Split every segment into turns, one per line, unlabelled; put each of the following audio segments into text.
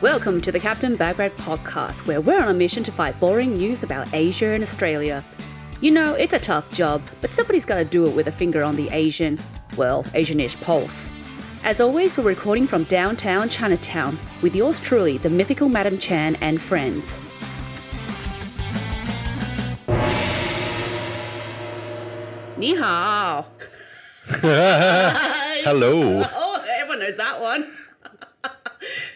Welcome to the Captain Bagrat podcast, where we're on a mission to fight boring news about Asia and Australia. You know, it's a tough job, but somebody's got to do it with a finger on the Asian, well, Asianish pulse. As always, we're recording from downtown Chinatown with yours truly, the mythical Madam Chan and friends. Ni hao.
Hello.
Oh, everyone knows that one.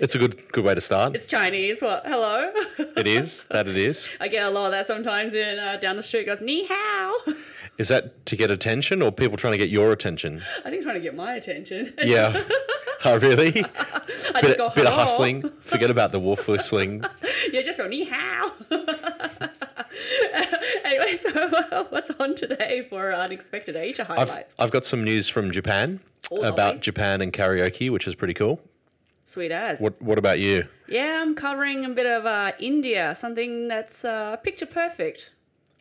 It's a good good way to start.
It's Chinese. What? Hello.
It is that it is.
I get a lot of that sometimes in uh, down the street. Goes ni hao.
Is that to get attention or people trying to get your attention?
I think trying to get my attention.
Yeah. Oh, really?
I just
Bit,
go
bit of
"Hello."
hustling. Forget about the wolf whistling.
Yeah, just go ni hao. anyway, so uh, what's on today for unexpected Asia
I've,
highlights?
I've got some news from Japan
Oh,
about
lovely.
Japan and karaoke, which is pretty cool.
Sweet as.
What What about you?
Yeah, I'm covering a bit of uh, India, something that's uh, picture perfect.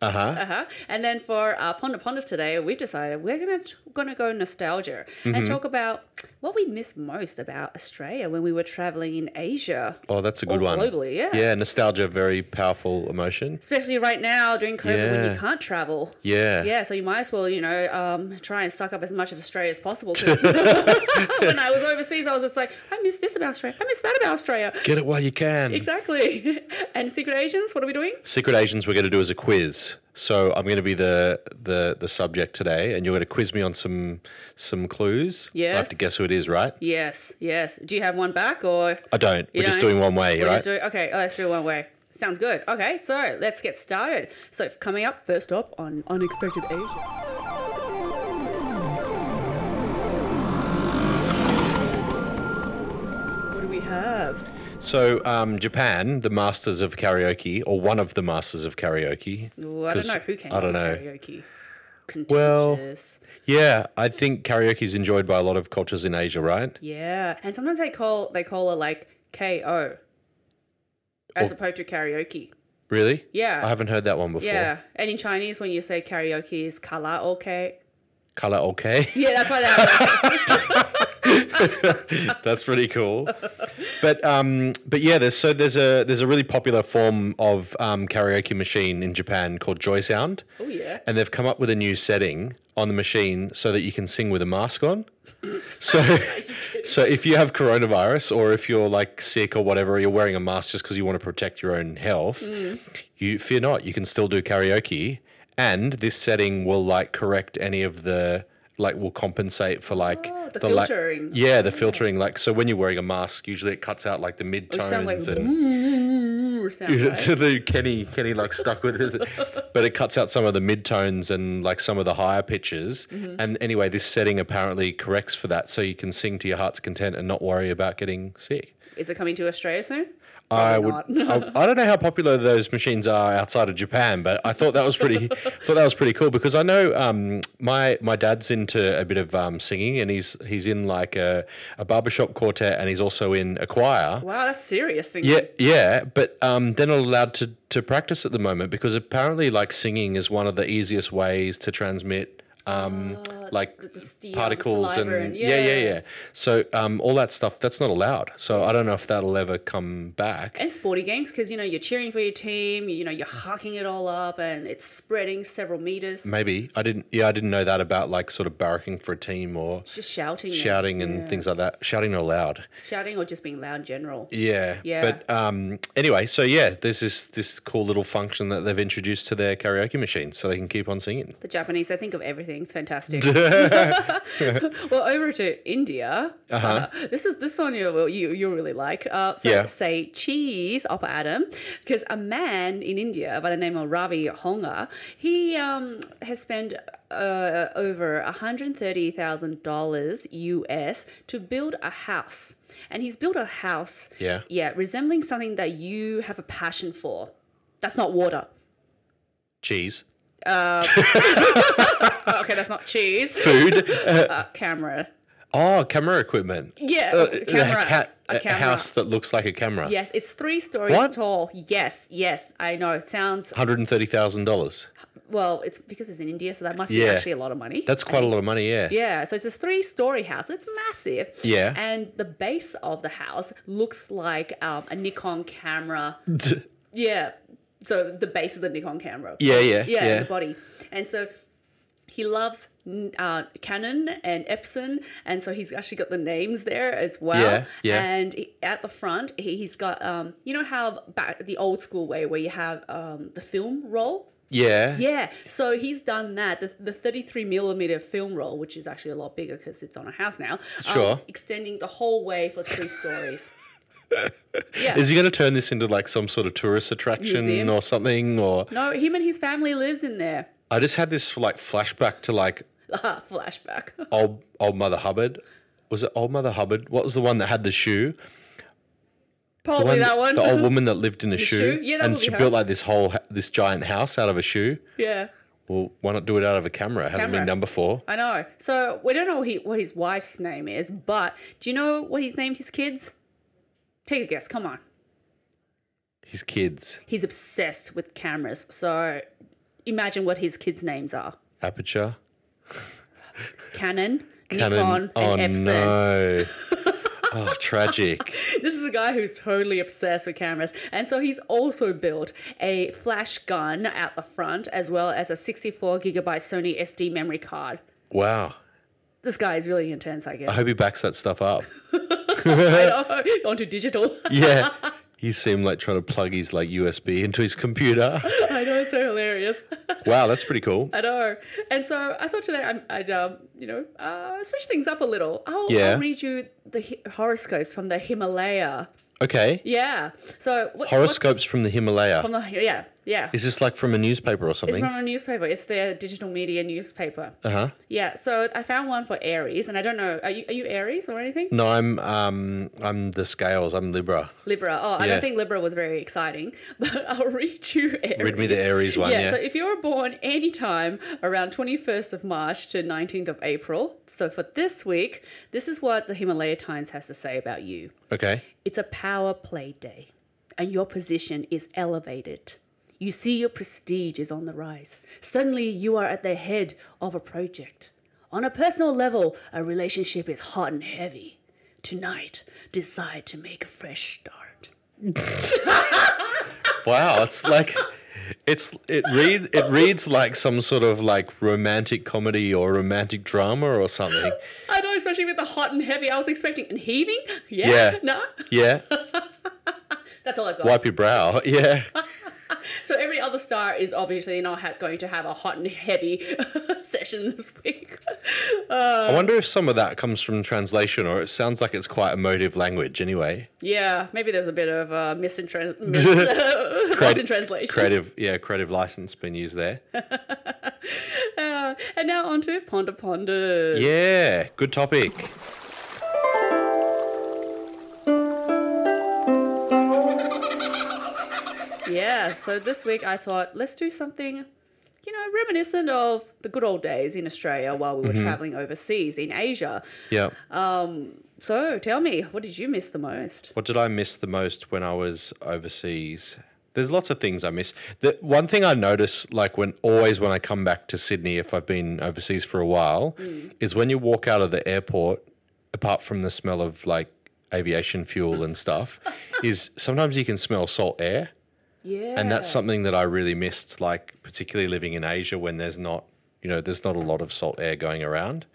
Uh huh.
Uh-huh. And then for uh, Ponder Ponders today, we've decided we're gonna gonna go nostalgia
Mm-hmm.
and talk about what we miss most about Australia when we were traveling in Asia,
Oh, that's a good
Or
one.
globally, yeah.
Yeah, nostalgia, very powerful emotion.
especially right now during COVID when you
Yeah.
can't travel.
Yeah.
Yeah, so you might as well, you know, um, try and suck up as much of Australia as possible. 'cause when I was overseas, I was just like, I miss this about Australia. I miss that about Australia.
Get it while you can.
Exactly. and Secret Asians, what are we doing?
Secret Asians we're going to do as a quiz. So I'm going to be the the the subject today, and you're going to quiz me on some some clues. I
Yes.
have to guess who it is, right?
Yes, yes. Do you have one back or?
I don't.
You
we're just
don't?
doing one way,
We're
right?
just doing- okay, oh, let's do it one way. Sounds good. Okay, so let's get started. So coming up, first up on Unexpected Asia. What do we have?
so um, Japan, the masters of karaoke, or one of the masters of karaoke.
Ooh, I don't
'Cause
know who came
I don't
up
know.
with karaoke.
Well-
Contentious.
Yeah, I think karaoke is enjoyed by a lot of cultures in Asia, right?
yeah, and sometimes they call they call it like KO as
Or-
opposed to karaoke.
Really?
Yeah.
I haven't heard that one before.
Yeah, and in Chinese, when you say karaoke, is karaoke.
Color okay.
Yeah, that's why they have.
That's pretty cool. But um, but yeah, there's so there's a there's a really popular form of um, karaoke machine in Japan called Joy Sound,
oh yeah.
and they've come up with a new setting on the machine so that you can sing with a mask on. So so if you have coronavirus or if you're like sick or whatever, you're wearing a mask just because you want to protect your own health.
Mm.
You fear not, you can still do karaoke, and this setting will like correct any of the like will compensate for like
Oh, the
la-
filtering.
yeah, the filtering. Like so, when you're wearing a mask, usually it cuts out like the mid
Oh, It sounds like
tones and.
"Ooh," sound, right?
to the Kenny, Kenny like stuck with it, but it cuts out some of the mid tones and like some of the higher pitches.
Mm-hmm.
And anyway, this setting apparently corrects for that, so you can sing to your heart's content and not worry about getting sick.
Is it coming to Australia soon?
I
Probably
would.
not.
I, I don't know how popular those machines are outside of Japan, but I thought that was pretty. thought that was pretty cool because I know um, my my dad's into a bit of um, singing, and he's he's in like a, a barbershop quartet, and he's also in a choir.
Wow, that's serious thing.
Yeah, yeah, but um, they're not allowed to to practice at the moment because apparently, like singing is one of the easiest ways to transmit. Um, like
Ah, the steam,
particles and,
saliva and-
yeah, yeah,
yeah.
yeah. So um, all that stuff that's not allowed. So I don't know if that'll ever come back.
And sporty games because you know you're cheering for your team. You know you're
Mm.
hucking it all up, and it's spreading several meters.
Maybe I didn't. Yeah, I didn't know that about like sort of barracking for a team or
Just shouting, and-
shouting and
yeah.
things like that. Shouting not allowed.
shouting or just being loud in general.
Yeah.
Yeah.
But um, anyway, so yeah, there's this this cool little function that they've introduced to their karaoke machine, so they can keep on singing.
The Japanese, they think of everything. It's fantastic. well, over to India.
Uh-huh.
Uh, this is this one you you you really like. Uh, so
Yeah.
say cheese, Upper Adam, because a man in India by the name of Ravi Honga, he um, has spent uh, over hundred thirty thousand dollars US to build a house, and he's built a house.
Yeah.
Yeah, resembling something that you have a passion for. That's not water.
Cheese.
Uh, okay, that's not cheese.
Food.
Uh, camera.
oh, camera equipment.
Yeah,
Uh,
a
a
camera.
ha-
a camera.
house that looks like a camera.
Yes, it's three stories
What?
tall. Yes, yes, I know. It sounds
Hundred and thirty thousand dollars.
well, it's because it's in India, so that must
Yeah.
be actually a lot of money.
That's quite a lot of money, yeah.
yeah, so it's this three story house. It's massive.
Yeah.
And the base of the house looks like um, a Nikon camera.
D-
Yeah. So the base of the Nikon camera.
yeah, yeah,
yeah,
yeah.
the body. And so he loves n- uh, Canon and Epson, and so he's actually got the names there as well.
Yeah, yeah.
And he- at the front, he, he's got um, you know how back the old school way where you have um, the film roll.
yeah.
Yeah, so he's done that. The, the 33 millimeter film roll, which is actually a lot bigger because it's on a house now, um,
Sure.
extending the whole way for three stories. yeah.
Is he going to turn this into like some sort of tourist attraction
Museum?
or something? Or
no, him and his family lives in there.
I just had this like flashback to like
Ah, flashback.
old old Mother Hubbard. Was it old Mother Hubbard? What was the one that had the shoe? The
Probably that one.
The old woman that lived in a
The
shoe,
shoe? Yeah, that
and
would be
she
her.
built like this whole ha- this giant house out of a shoe.
yeah.
Well, why not do it out of a camera? It hasn't been
Camera.
done before.
I know. So we don't know what, he, what his wife's name is, but do you know what he's named his kids? Take a guess. Come on.
His kids,
He's obsessed with cameras. So imagine what his kids' names are:
aperture,
Canon,
Canon.
Nikon, and
oh
Epson.
no! oh, tragic.
This is a guy who's totally obsessed with cameras, and so he's also built a flash gun out the front, as well as a 64 gigabyte Sony SD memory card.
Wow.
This guy is really intense, I
I
guess.
hope he backs that stuff up.
I know. Onto digital.
Yeah. He seemed like trying to plug his like USB into his computer.
I know it's so hilarious.
Wow, that's pretty cool.
I know. And so I thought today I'm, I'd, um, you know, uh, switch things up a little. I'll,
Yeah.
I'll read you the hi- horoscopes from the Himalaya.
Okay.
Yeah. So what,
Horoscopes from the
what's
Himalaya.
from the yeah yeah.
Is this like from a newspaper or
It's
something?
from a newspaper. It's their digital media newspaper.
Uh huh.
Yeah. So I found one for Aries, and I don't know. Are you are you Aries or anything?
No, I'm um I'm the scales. I'm Libra.
Libra. Oh, I
Yeah.
don't think Libra was very exciting, but I'll read you Aries.
Read me the Aries one. Yeah.
So if you were born anytime around 21st of March to 19th of April, so for this week, this is what the Himalaya Times has to say about you.
okay.
It's a power play day, and your position is elevated. You see your prestige is on the rise. Suddenly, you are at the head of a project. On a personal level, a relationship is hot and heavy. Tonight, decide to make a fresh start.
Wow. It's like it's it read it reads like some sort of like romantic comedy or romantic drama or something.
I know, especially with the hot and heavy. I was expecting and heaving. Yeah.
Yeah.
No.
Yeah.
That's all I've got.
Wipe your brow. Yeah.
So every other star is obviously not ha- going to have a hot and heavy session this week.
I
Uh,
wonder if some of that comes from translation or it sounds like it's quite emotive language anyway.
yeah, maybe there's a bit of uh, misintran- mis- loss in translation.
Creative, yeah, creative license been used there.
Uh, and now on to Ponder Ponder.
Yeah, good topic.
Yeah, so this week I thought let's do something, you know, reminiscent of the good old days in Australia while we were
Mm-hmm.
traveling overseas in Asia.
Yeah.
Um, so tell me, what did you miss the most?
What did I miss the most when I was overseas? There's lots of things I miss. The one thing I notice, like when always when I come back to Sydney, if I've been overseas for a while, is when you walk out of the airport, apart from the smell of like aviation fuel and stuff, is sometimes you can smell salt air.
Yeah.
And that's something that I really missed, like particularly living in Asia when there's not, you know, there's not a lot of salt air going around.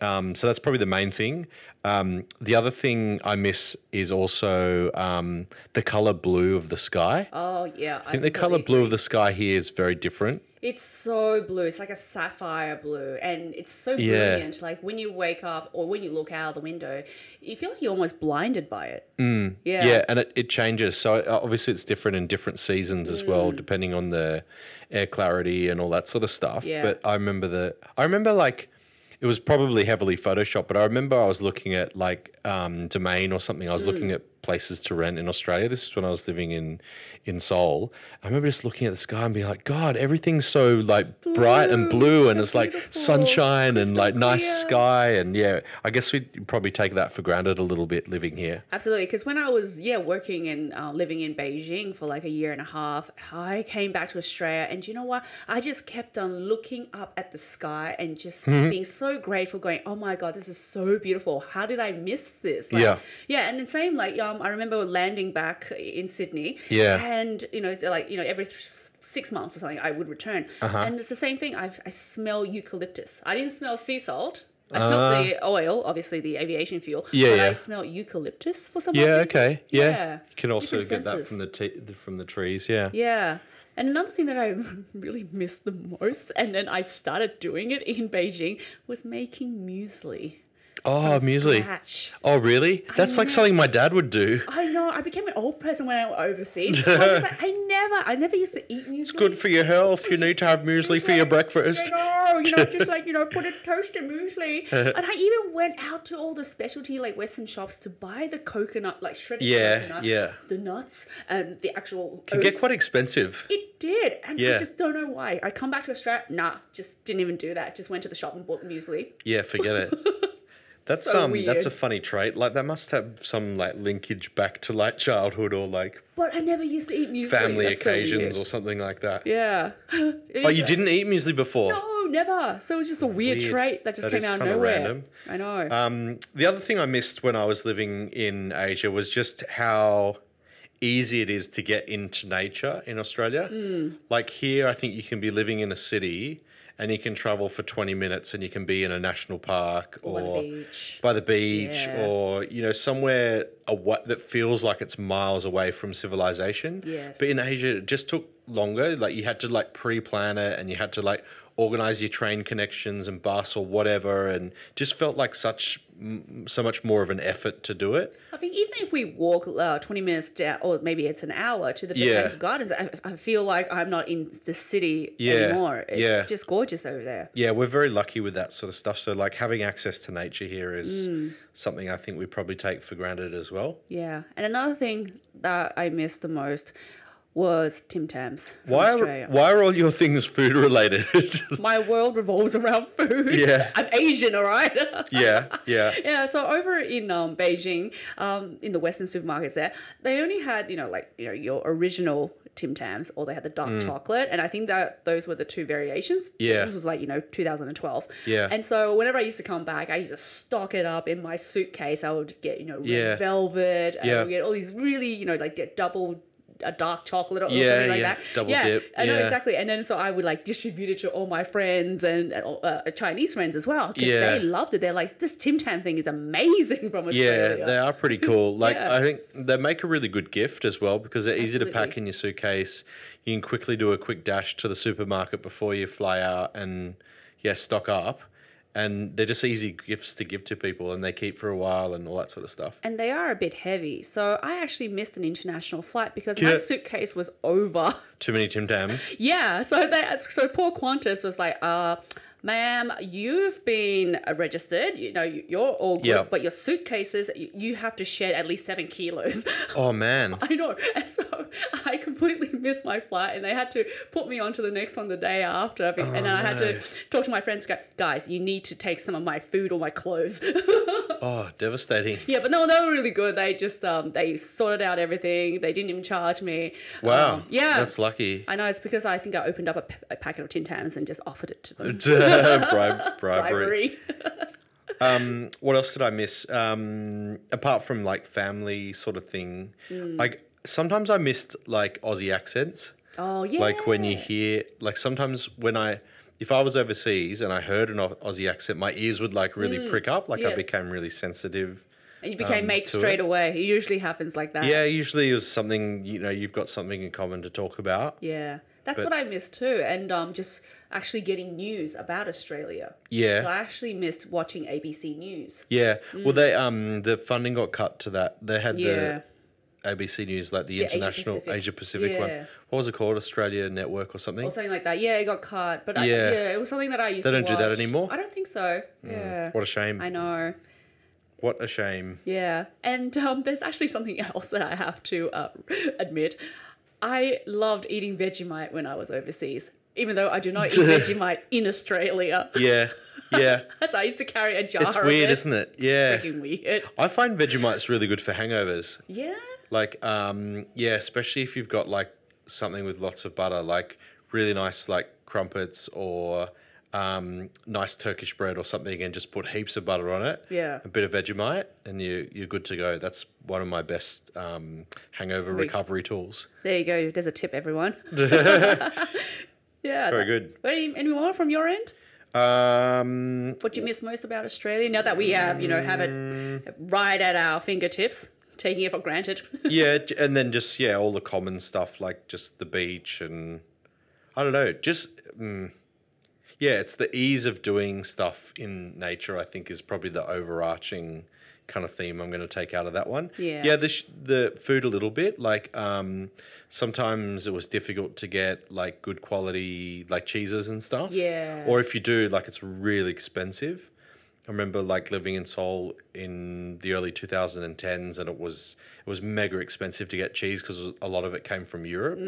Um, so that's probably the main thing. Um, the other thing I miss is also um, the color blue of the sky.
Oh yeah,
I think the color blue of the sky here is very different.
It's so blue. It's like a sapphire blue, and it's so
Yeah.
brilliant. Like when you wake up or when you look out the window, you feel like you're almost blinded by it.
Mm.
Yeah.
and it, it changes. So it- obviously it's different in different seasons as well,
Mm.
depending on the air clarity and all that sort of stuff.
Yeah.
But I remember the I remember like it
Mm.
was probably heavily photoshopped, but I remember I was looking at like um, domain or something. I was looking at places to rent in Australia. This is when I was living in in Seoul. I remember just looking at the sky and being like, God, everything's so like bright and
Blue,
blue, and
so
it's like
beautiful,
sunshine and
crystal
like nice
clear.
sky, and yeah. I guess we would probably take that for granted a little bit living here.
Absolutely, because when I was yeah working and uh, living in Beijing for like a year and a half, I came back to Australia, and you know what? I just kept on looking up at the sky and just
Mm-hmm.
being so grateful, going, "Oh my god, this is so beautiful! How did I miss this?" Like,
Yeah.
yeah, and the same like um, I remember landing back in Sydney,
Yeah.
and you know it's like you know every. Th- Six months or something, I would return,
Uh-huh.
and it's the same thing. I, I smell eucalyptus. I didn't smell sea salt. I smelled
Ah.
the oil, obviously the aviation fuel.
Yeah,
but I
yeah.
smell eucalyptus for some odd
Yeah.
reason.
Okay. Yeah.
Yeah.
You can also
Different
get that
senses.
from the te- from the trees. Yeah.
Yeah. And another thing that I really missed the most, and then I started doing it in Beijing, was making muesli. from
Oh, muesli.
scratch.
Oh, really? That's like
know.
something my dad would do.
I know. I became an old person when I went overseas. I, was like, I never, I never used to eat muesli.
It's good for your health. You need to have muesli for your breakfast.
No, you know, just like you know, put a toaster muesli.
Uh-huh.
and I even went out to all the specialty like Western shops to buy the coconut, like shredded
Yeah,
coconut,
yeah.
the nuts and the actual.
Can get
oats.
quite expensive.
It did, and I
Yeah.
just don't know why. I come back to Australia, nah, just didn't even do that. Just went to the shop and bought muesli.
Yeah, forget it. That's
So
um that's a
weird.
funny trait. Like that must have some like linkage back to like childhood or like
But I never used to eat muesli.
family
That's so
occasions
weird.
or something like that.
yeah.
Oh, you didn't eat muesli before.
No, never. So it was just a weird,
Weird.
trait that just
That
came
is
out of
kinda
nowhere.
random.
I know.
Um, the other thing I missed when I was living in Asia was just how easy it is to get into nature in Australia. Like here, I think you can be living in a city and you can travel for 20 minutes and you can be in a national park
Or
or,
by the beach.
by the beach
Yeah.
or, you know, somewhere a that feels like it's miles away from civilization.
Yes.
But in Asia, it just took longer. Like you had to like pre-plan it, and you had to like organize your train connections and bus or whatever, and just felt like such m- so much more of an effort to do it.
I think even if we walk uh, 20 minutes down, or maybe it's an hour to the
Yeah.
Botanical Gardens, I, I feel like I'm not in the city
Yeah,
anymore. It's
yeah.
just gorgeous over there.
Yeah, we're very lucky with that sort of stuff. So like having access to nature here is
Mm.
something I think we probably take for granted as well.
Yeah. And another thing that I missed the most was Tim Tams. from
Why are,
Australia.
why are all your things food related?
My world revolves around food.
Yeah.
I'm Asian, all right?
yeah, yeah.
Yeah, so over in um, Beijing, um, in the Western supermarkets there, they only had, you know, like, you know, your original Tim Tams or they had the dark chocolate. And I think that those were the two variations.
Mm. Yeah.
This was like, you know, 2012.
Yeah.
And so whenever I used to come back, I used to stock it up in my suitcase. I would get, you know, red
Yeah.
velvet. And I
Yeah.
would get all these really, you know, like get double. A dark chocolate or
Yeah,
something like
yeah,
that.
double
yeah,
dip,
I know
yeah.
exactly. And then so I would like distribute it to all my friends and uh, uh, Chinese friends as well because
Yeah.
they loved it. They're like, this Tim Tam thing is amazing from Australia.
Yeah, they are pretty cool. Like
Yeah.
I think they make a really good gift as well because they're easy to pack
Absolutely.
in your suitcase. You can quickly do a quick dash to the supermarket before you fly out and yeah, stock up. And they're just easy gifts to give to people and they keep for a while and all that sort of stuff.
and they are a bit heavy. So I actually missed an international flight because my
Yeah.
suitcase was over.
Too many Tim Tams.
yeah, so that so poor Qantas was like, uh, ma'am, you've been uh, registered. You know, you- you're all good,
Yeah.
but your suitcases, you, you have to shed at least seven kilos.
Oh man.
I know. And so I completely missed my flight, and they had to put me onto the next one the day after. be- and then I had to
Oh, no.
talk to my friends, go, guys, you need to take some of my food or my clothes.
Oh, devastating.
yeah, but no, they were really good. They just um, they sorted out everything. They didn't even charge me.
Wow.
Um, yeah.
That's lucky.
I know it's because I think I opened up a, p- a packet of Tin Tams and just offered it to them.
Bribe, bribery.
Bribery.
um, what else did I miss? Um, apart from like family sort of thing,
Hmm.
like sometimes I missed like Aussie accents.
oh yeah.
Like when you hear, like sometimes when I, if I was overseas and I heard an Au- Aussie accent, my ears would like really prick up. Like I
Hmm. yes.
became really sensitive.
and you became
um,
mates
to it.
straight away. It usually happens like that.
Yeah, usually it was something you know you've got something in common to talk about.
Yeah, that's
But-
what I missed too, and um, just actually getting news about Australia.
Yeah.
So I actually missed watching ABC News.
Yeah. Well, they um the funding got cut to that. They had
Hmm. Yeah.
the ABC News, like the,
The Asia
international Asia
Pacific.
Pacific, one.
Yeah.
What was it called? Australia Network or something.
Or something like that. Yeah, it got cut. But I, yeah.
Yeah.
it was something that I used
They
to
don't do that
watch.
anymore?
I don't think so. Yeah.
What a shame.
I know.
What a shame.
Yeah, and um, there's actually something else that I have to uh, admit. I loved eating Vegemite when I was overseas, even though I do not eat Vegemite in Australia.
Yeah, yeah.
That's I used to carry a jar.
it's
of
weird,
it.
isn't it? Yeah.
Freaking weird.
I find Vegemite's really good for hangovers.
Yeah.
Like, um, yeah, especially if you've got like something with lots of butter, like really nice like crumpets or um, nice Turkish bread or something, and just put heaps of butter on it.
Yeah.
A bit of Vegemite, and you you're good to go. That's one of my best um, hangover
We-
recovery tools.
There you go. There's a tip, everyone.
Very
Yeah. that-
good.
Any, any more from your end?
Um,
What do you miss most about Australia now that we have, you know, have it
Mm.
right at our fingertips, taking it for granted?
yeah, j- and then just yeah, all the common stuff like just the beach and I don't know, just mm, yeah, it's the ease of doing stuff in nature. I think is probably the overarching kind of theme I'm going to take out of that one.
Yeah.
yeah, the sh- the food a little bit like um, sometimes it was difficult to get like good quality like cheeses and stuff.
yeah.
Or if you do, like it's really expensive. I remember like living in Seoul in the early 2010s, and it was it was mega expensive to get cheese because a lot of it came from Europe.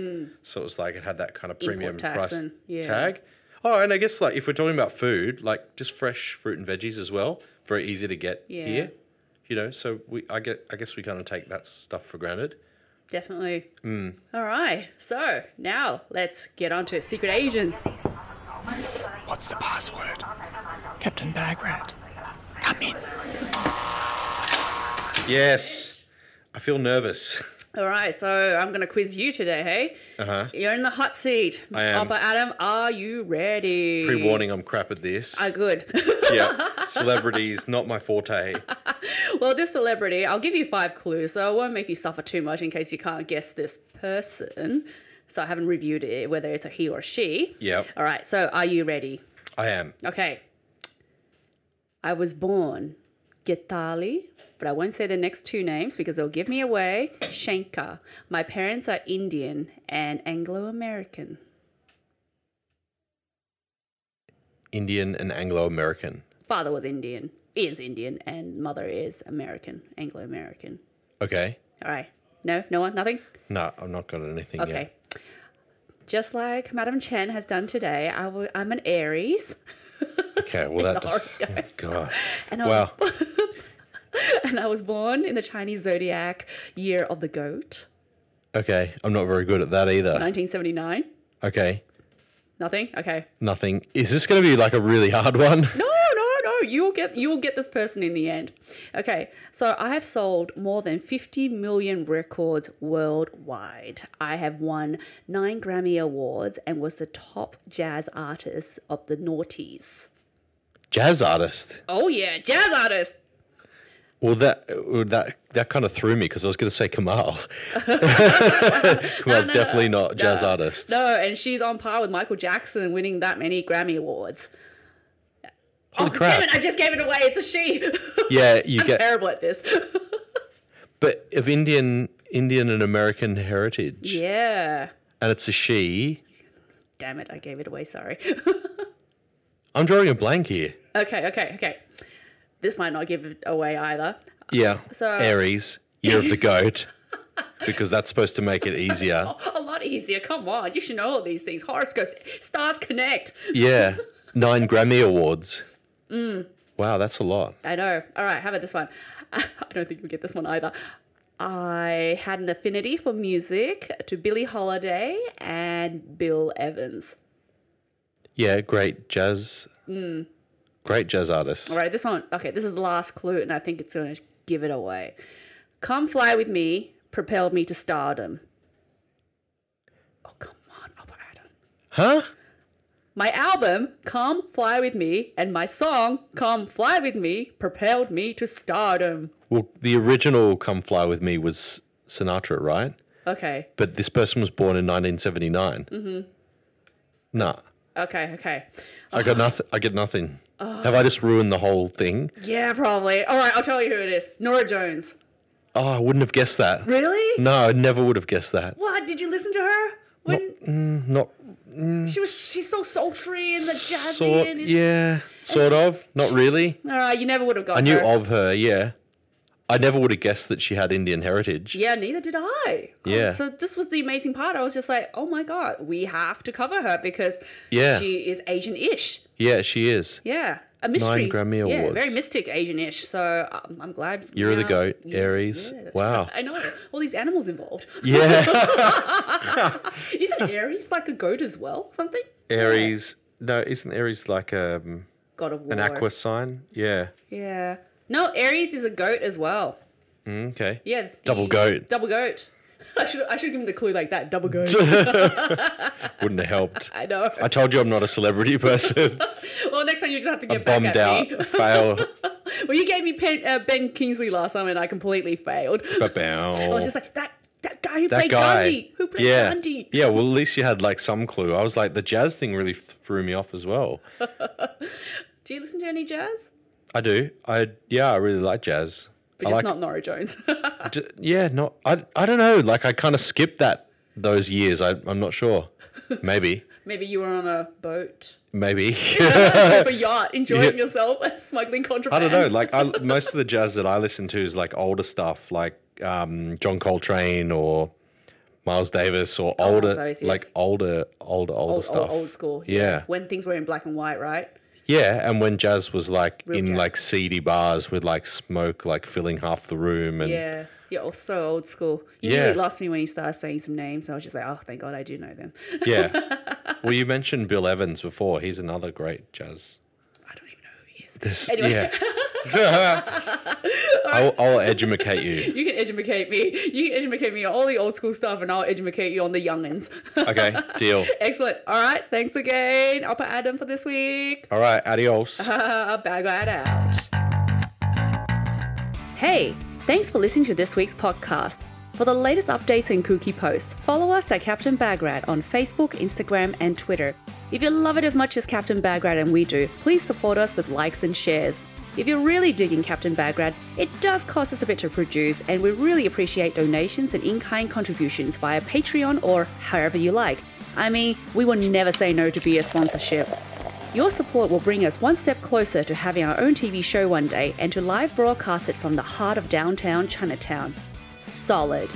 So it was like it had that kind of
Mm. Import
premium
tax
price
and- yeah.
tag. Oh, and I guess like if we're talking about food, like just fresh fruit and veggies as well, very easy to get
Yeah.
here. You know, so we I get I guess we kind of take that stuff for granted.
Definitely.
Mm.
All right. So now let's get on to Secret Asians.
What's the password? Captain Bagrat. Come in.
Yes, I feel nervous.
All right. So I'm going to quiz you today, hey?
Uh huh.
You're in the hot seat.
I am.
Papa Adam, are you ready?
Pre warning, I'm crap at this.
Ah, good.
yeah, celebrities not my forte.
well, this celebrity, I'll give you five clues, so I won't make you suffer too much in case you can't guess this person. So I haven't reviewed it, whether it's a he or she.
Yep,
All right. So are you ready?
I am.
Okay. I was born Getali, but I won't say the next two names because they'll give me away. Shankar. My parents are Indian and Anglo American.
Indian and Anglo American.
Father was Indian, is Indian, and mother is American, Anglo American.
Okay.
All right. No, no one, nothing?
No, I've not got anything
Okay.
yet.
Just like Madam Chen has done today, I w- I'm an Aries.
Okay. Well, that does. Oh,
horoscope.
God.
And I
Wow.
and I was born in the Chinese zodiac year of the goat,
Okay. I'm not very good at that either.
1979.
Okay.
Nothing. Okay.
Nothing. Is this going to be like a really hard one?
No, no, no. You'll get you'll get this person in the end. Okay. So I have sold more than 50 million records worldwide. I have won 9 Grammy awards and was the top jazz artist of the noughties.
Jazz artist.
Oh yeah, jazz artist.
Well, that well, that that kind of threw me because I was going to say Kamal. Kamal's
no, no,
definitely not jazz
no.
artist.
No, and she's on par with Michael Jackson winning that many Grammy awards.
Holy
oh,
crap.
damn it, I just gave it away. It's a she.
Yeah, you
I'm
get.
terrible at this.
But of Indian Indian and American heritage,
yeah.
and it's a she.
Damn it, I gave it away. Sorry.
I'm drawing a blank here.
okay, okay, okay. This might not give it away either.
Yeah.
So-
Aries, year of the goat, because that's supposed to make it easier.
Oh, a lot easier. Come on, you should know all these things. Horoscopes, stars connect.
Yeah. Nine Grammy awards.
Mm.
Wow, that's a lot.
I know. All right, how about this one? I don't think you'll get this one either. I had an affinity for music to Billie Holiday and Bill Evans.
Yeah, great jazz. Great jazz artist.
All Mm. right, this one. Okay, this is the last clue, and I think it's going to give it away. Come fly with me propelled me to stardom. Oh, come on, Albert Adam.
Huh?
My album, Come Fly With Me, and my song, Come Fly With Me, propelled me to stardom.
Well, the original Come Fly With Me was Sinatra, right?
Okay,
But this person was born in 1979. Mm-hmm. Nah,
okay, okay.
I
Uh-huh.
got nothing. I get nothing.
Uh.
Have I just ruined the whole thing?
Yeah, probably. All right, I'll tell you who it is. Nora Jones.
Oh, I wouldn't have guessed that.
Really?
No, I never would have guessed that.
What? Did you listen to her? When
Mm, Not
she was, she's so sultry and the jazzy
sort,
and it's...
yeah, sort of, not really.
All right, you never would have got
I knew
her.
of her, yeah. I never would have guessed that she had Indian heritage.
Yeah, neither did I. Oh,
Yeah.
so this was the amazing part. I was just like, oh my god, we have to cover her because
Yeah.
she is Asian-ish.
Yeah, she is.
Yeah, a mystery.
Grammy
yeah,
Awards.
very mystic Asian-ish. So um, I'm glad
You're the
now-
goat,
Yeah,
Aries.
yeah, that's
Wow.
right. I know all these animals involved.
Yeah.
Isn't Aries like a goat as well? Something?
Aries. No, isn't Aries like um,
God of War.
an aqua sign? Yeah.
Yeah. No, Aries is a goat as well.
Mm, okay.
Yeah.
Double
the-
goat.
Double goat. I should I should give him the clue like that. Double goat.
Wouldn't have helped.
I know.
I told you I'm not a celebrity person.
well, next time you just have to
I
get back at
bombed out.
me.
Fail.
well, you gave me Pen, uh, Ben Kingsley last time, and I completely failed. I was just like that. That guy who
that
played
guy.
Gandhi. Who played
yeah.
Gandhi?
Yeah, well, at least you had like some clue. I was like, the jazz thing really threw me off as well.
Do you listen to any jazz?
I do. I yeah, I really like jazz.
But
I
just
like,
not Nora Jones.
j- yeah, not. I I don't know. Like I kind of skipped that those years. I I'm not sure. Maybe
Maybe you were on a boat,
maybe.
a yacht, enjoying
Yeah.
yourself, smuggling
I
contraband.
don't know. Like I, most of the jazz that I listen to is like older stuff, like um, John Coltrane or Miles Davis or
Oh,
older,
those, yes.
like older, older, older
old,
stuff.
old, old school.
Yeah.
When things were in black and white, right?
Yeah, and when jazz was like
Real
in
jazz.
like seedy bars with like smoke like filling half the room and
yeah. Yeah, all so old school. You
Yeah.
nearly lost me when you started saying some names. I was just like, oh, thank God I do know them.
Yeah. well, you mentioned Bill Evans before. He's another great jazz.
I don't even know who he is.
This,
Anyway.
Yeah.
All right.
I'll, I'll educate you.
You can educate me. You can educate me on all the old school stuff, and I'll educate you on the youngins.
Okay, deal.
Excellent. All right. Thanks again, Upper Adam, for this week.
All right, adios.
Bag that out. Hey, thanks for listening to this week's podcast. For the latest updates and kooky posts, follow us at Captain Bagrat on Facebook, Instagram, and Twitter. If you love it as much as Captain Bagrat and we do, please support us with likes and shares. If you're really digging Captain Bagrat, it does cost us a bit to produce, and we really appreciate donations and in-kind contributions via Patreon or however you like. I mean, we will never say no to beer sponsorship. Your support will bring us one step closer to having our own TV show one day and to live broadcast it from the heart of downtown Chinatown. Solid.